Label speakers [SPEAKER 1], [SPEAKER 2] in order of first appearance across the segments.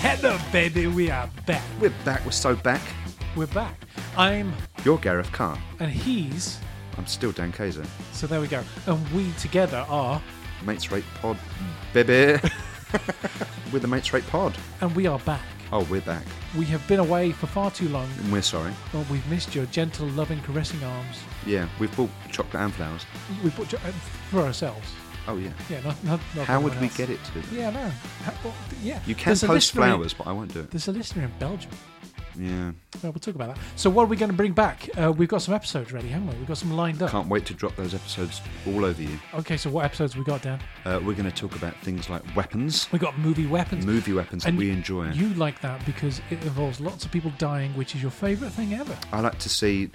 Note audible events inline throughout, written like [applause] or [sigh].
[SPEAKER 1] Hello, baby, we are back.
[SPEAKER 2] We're back. We're so back.
[SPEAKER 1] We're back. I'm,
[SPEAKER 2] You're Gareth Carr.
[SPEAKER 1] and he's,
[SPEAKER 2] I'm still Dan Kaiser.
[SPEAKER 1] so there we go. And we together are,
[SPEAKER 2] Mates Rate Pod,
[SPEAKER 1] [laughs]
[SPEAKER 2] baby. we're the Mates Rate Pod.
[SPEAKER 1] and we are back.
[SPEAKER 2] Oh, we're back.
[SPEAKER 1] We have been away for far too long,
[SPEAKER 2] And we're sorry.
[SPEAKER 1] but we've missed your gentle, loving, caressing arms.
[SPEAKER 2] Yeah, we've bought chocolate and flowers.
[SPEAKER 1] We bought you- uh, for ourselves.
[SPEAKER 2] Oh, yeah.
[SPEAKER 1] Yeah, not, not, not
[SPEAKER 2] How
[SPEAKER 1] for
[SPEAKER 2] would
[SPEAKER 1] anyone
[SPEAKER 2] we
[SPEAKER 1] else.
[SPEAKER 2] get it to them?
[SPEAKER 1] Yeah, no. How, well, yeah.
[SPEAKER 2] You can
[SPEAKER 1] There's a
[SPEAKER 2] post
[SPEAKER 1] listener in-
[SPEAKER 2] flowers, but I won't do it.
[SPEAKER 1] There's a listener in Belgium.
[SPEAKER 2] Yeah.
[SPEAKER 1] Well, we'll talk about that. So, what are we going to bring back? Uh, we've got some episodes ready, haven't we? We've got some lined up.
[SPEAKER 2] Can't wait to drop those episodes all over you.
[SPEAKER 1] Okay, so what episodes we got, Dan?
[SPEAKER 2] Uh, we're going to talk about things like weapons,
[SPEAKER 1] We got movie weapons.
[SPEAKER 2] movie weapons that we enjoy.
[SPEAKER 1] You like that because it involves lots of people dying, which is your favourite thing ever.
[SPEAKER 2] I like to see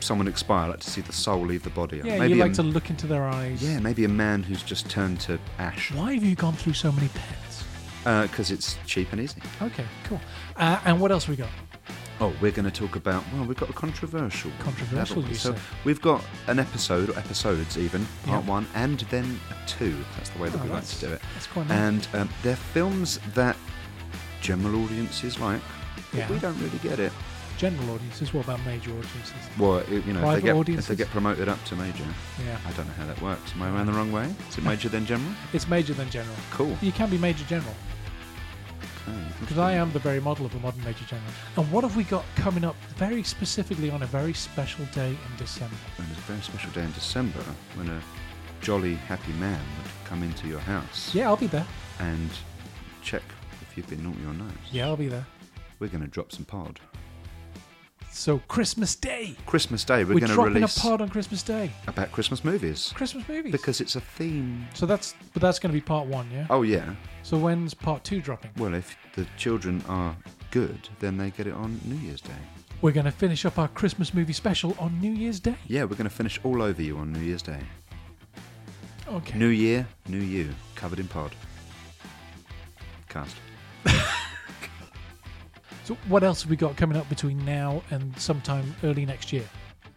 [SPEAKER 2] someone expire. I like to see the soul leave the body.
[SPEAKER 1] Yeah,
[SPEAKER 2] maybe
[SPEAKER 1] you
[SPEAKER 2] a,
[SPEAKER 1] like to look into their eyes.
[SPEAKER 2] yeah, maybe a man who's just turned to ash.
[SPEAKER 1] Why have you gone through so many pets?
[SPEAKER 2] Because Uh, it's cheap and easy.
[SPEAKER 1] Okay, cool. Uh, and what else we got?
[SPEAKER 2] Oh, we're going to talk about. Well, we've got a controversial.
[SPEAKER 1] Controversial,
[SPEAKER 2] level.
[SPEAKER 1] you
[SPEAKER 2] So
[SPEAKER 1] say?
[SPEAKER 2] we've got an episode or episodes even, part
[SPEAKER 1] Yeah.
[SPEAKER 2] one and then two. That's the way that
[SPEAKER 1] Oh,
[SPEAKER 2] we like
[SPEAKER 1] that's-
[SPEAKER 2] to do it.
[SPEAKER 1] that's quite nice.
[SPEAKER 2] And um, they're films that general audiences like, but
[SPEAKER 1] Yeah.
[SPEAKER 2] we don't really get it.
[SPEAKER 1] General audiences. What about major audiences?
[SPEAKER 2] Well, it, you know, if
[SPEAKER 1] Private
[SPEAKER 2] they, get, if
[SPEAKER 1] audiences?
[SPEAKER 2] they get promoted up to major,
[SPEAKER 1] Yeah,
[SPEAKER 2] I don't know how that works. Am I around the wrong way? Is it major then general?
[SPEAKER 1] it's major than general.
[SPEAKER 2] Cool.
[SPEAKER 1] You can be major general
[SPEAKER 2] Okay.
[SPEAKER 1] because I am the very model of a modern major general. And what have we got coming up very specifically on a very special day in December?
[SPEAKER 2] And it's a very special day in December when a jolly, happy man would come into your house
[SPEAKER 1] Yeah, I'll be there.
[SPEAKER 2] and check if you've been naughty or nice.
[SPEAKER 1] Yeah, I'll be there.
[SPEAKER 2] We're going to drop some pod.
[SPEAKER 1] So Christmas Day.
[SPEAKER 2] Christmas Day, we're,
[SPEAKER 1] We're
[SPEAKER 2] going to
[SPEAKER 1] dropping
[SPEAKER 2] release
[SPEAKER 1] a pod on Christmas Day.
[SPEAKER 2] about Christmas movies
[SPEAKER 1] Christmas movies.
[SPEAKER 2] because it's a theme.
[SPEAKER 1] So that's but that's going to be part one, yeah.
[SPEAKER 2] Oh, yeah.
[SPEAKER 1] So when's part two dropping?
[SPEAKER 2] Well, if the children are good, then they get it on New Year's Day.
[SPEAKER 1] We're going to finish up our Christmas movie special on New Year's Day.
[SPEAKER 2] Yeah, we're going to finish all over you on New Year's Day.
[SPEAKER 1] Okay.
[SPEAKER 2] New Year, New You, covered in pod. Cast.
[SPEAKER 1] so what else have we got coming up between now and sometime early next year?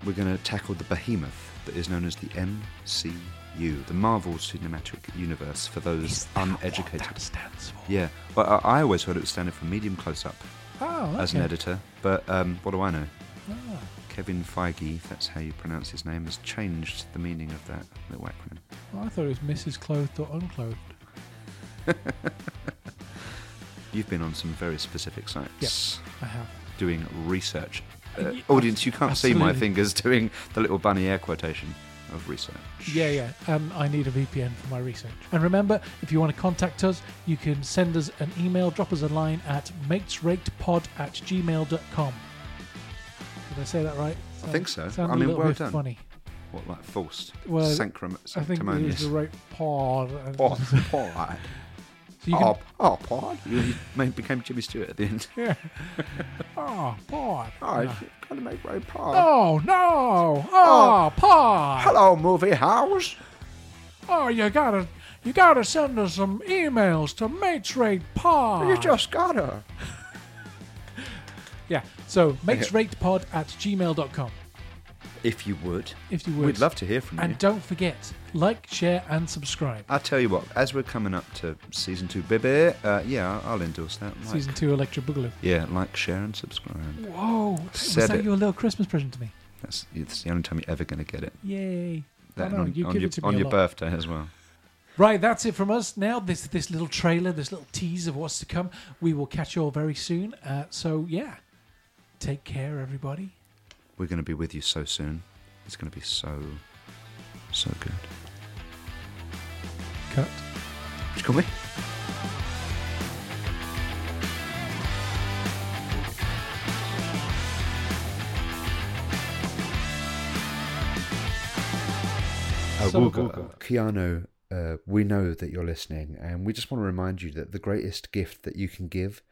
[SPEAKER 2] We're going to tackle the behemoth that is known as the MCU, the Marvel Cinematic Universe, for those uneducated.
[SPEAKER 1] What that stands for.
[SPEAKER 2] Yeah, well, I, I always heard it was standing for medium close up
[SPEAKER 1] Oh, okay.
[SPEAKER 2] as an editor, but um, what do I know?
[SPEAKER 1] Ah.
[SPEAKER 2] Kevin Feige, if that's how you pronounce his name, has changed the meaning of that little acronym.
[SPEAKER 1] Well, I thought it was Mrs. Clothed or Unclothed.
[SPEAKER 2] You've been on some very specific sites
[SPEAKER 1] I have.
[SPEAKER 2] doing research. Uh,
[SPEAKER 1] Y-
[SPEAKER 2] audience, you can't see my
[SPEAKER 1] absolutely.
[SPEAKER 2] fingers [laughs] doing the little bunny air quotation of research.
[SPEAKER 1] Yeah, yeah. Um, I need a VPN for my research. And remember, if you want to contact us, you can send us an email, drop us a line at matesratedpod at gmail.com. Did I say that right?
[SPEAKER 2] I think so.
[SPEAKER 1] Sound
[SPEAKER 2] I
[SPEAKER 1] a
[SPEAKER 2] mean,
[SPEAKER 1] little
[SPEAKER 2] well
[SPEAKER 1] bit
[SPEAKER 2] done.
[SPEAKER 1] funny.
[SPEAKER 2] What, like forced?
[SPEAKER 1] Well,
[SPEAKER 2] Sancrum-
[SPEAKER 1] I think it
[SPEAKER 2] sanctimonious.
[SPEAKER 1] is the right pod.
[SPEAKER 2] [laughs] Pod,
[SPEAKER 1] So
[SPEAKER 2] pod.
[SPEAKER 1] [laughs] you can-
[SPEAKER 2] oh, oh, pod. You, you made- became Jimmy Stewart at the end.
[SPEAKER 1] [laughs]
[SPEAKER 2] [laughs]
[SPEAKER 1] yeah. Oh, pod.
[SPEAKER 2] Oh,
[SPEAKER 1] No.
[SPEAKER 2] kind of make very pod.
[SPEAKER 1] Oh, no. Oh, pod.
[SPEAKER 2] Hello, movie house.
[SPEAKER 1] Oh, you gotta, you gotta send us some emails to matesrate pod.
[SPEAKER 2] You just gotta.
[SPEAKER 1] Yeah. So matesratepod at gmail.com
[SPEAKER 2] If you would,
[SPEAKER 1] if you would.
[SPEAKER 2] we'd love to hear from you. Oh
[SPEAKER 1] And don't forget, like, share, and subscribe.
[SPEAKER 2] I'll tell you what, as we're coming up to season two, baby, uh, yeah, I'll endorse that. Like,
[SPEAKER 1] Season two, Electra Boogaloo.
[SPEAKER 2] Yeah, like, share, and subscribe.
[SPEAKER 1] Whoa! Was
[SPEAKER 2] Said
[SPEAKER 1] that
[SPEAKER 2] it.
[SPEAKER 1] your little Christmas present to me?
[SPEAKER 2] That's it's the only time you're ever going to get it.
[SPEAKER 1] Yay!
[SPEAKER 2] That
[SPEAKER 1] I
[SPEAKER 2] and
[SPEAKER 1] know,
[SPEAKER 2] on,
[SPEAKER 1] you
[SPEAKER 2] on
[SPEAKER 1] give
[SPEAKER 2] your,
[SPEAKER 1] it to me
[SPEAKER 2] on
[SPEAKER 1] a
[SPEAKER 2] your
[SPEAKER 1] lot.
[SPEAKER 2] birthday as well.
[SPEAKER 1] Right, that's it from us. Now this this little trailer, this little tease of what's to come. We will catch you all very soon. Uh, so yeah, take care, everybody.
[SPEAKER 2] We're going to be with you so soon. It's going to be so, so good.
[SPEAKER 1] Cut.
[SPEAKER 2] Would you call me? Uh,
[SPEAKER 1] So
[SPEAKER 2] Wooga,
[SPEAKER 1] Wooga.
[SPEAKER 2] Keanu, uh, we know that you're listening, and we just want to remind you that the greatest gift that you can give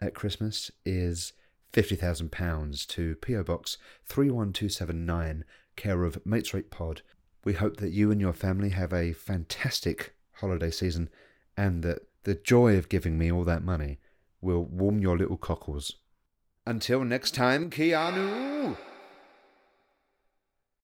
[SPEAKER 2] at Christmas is £50,000 to P.O. Box 31279, care of Mates Rate Pod. We hope that you and your family have a fantastic holiday season and that the joy of giving me all that money will warm your little cockles. Until next time, Keanu!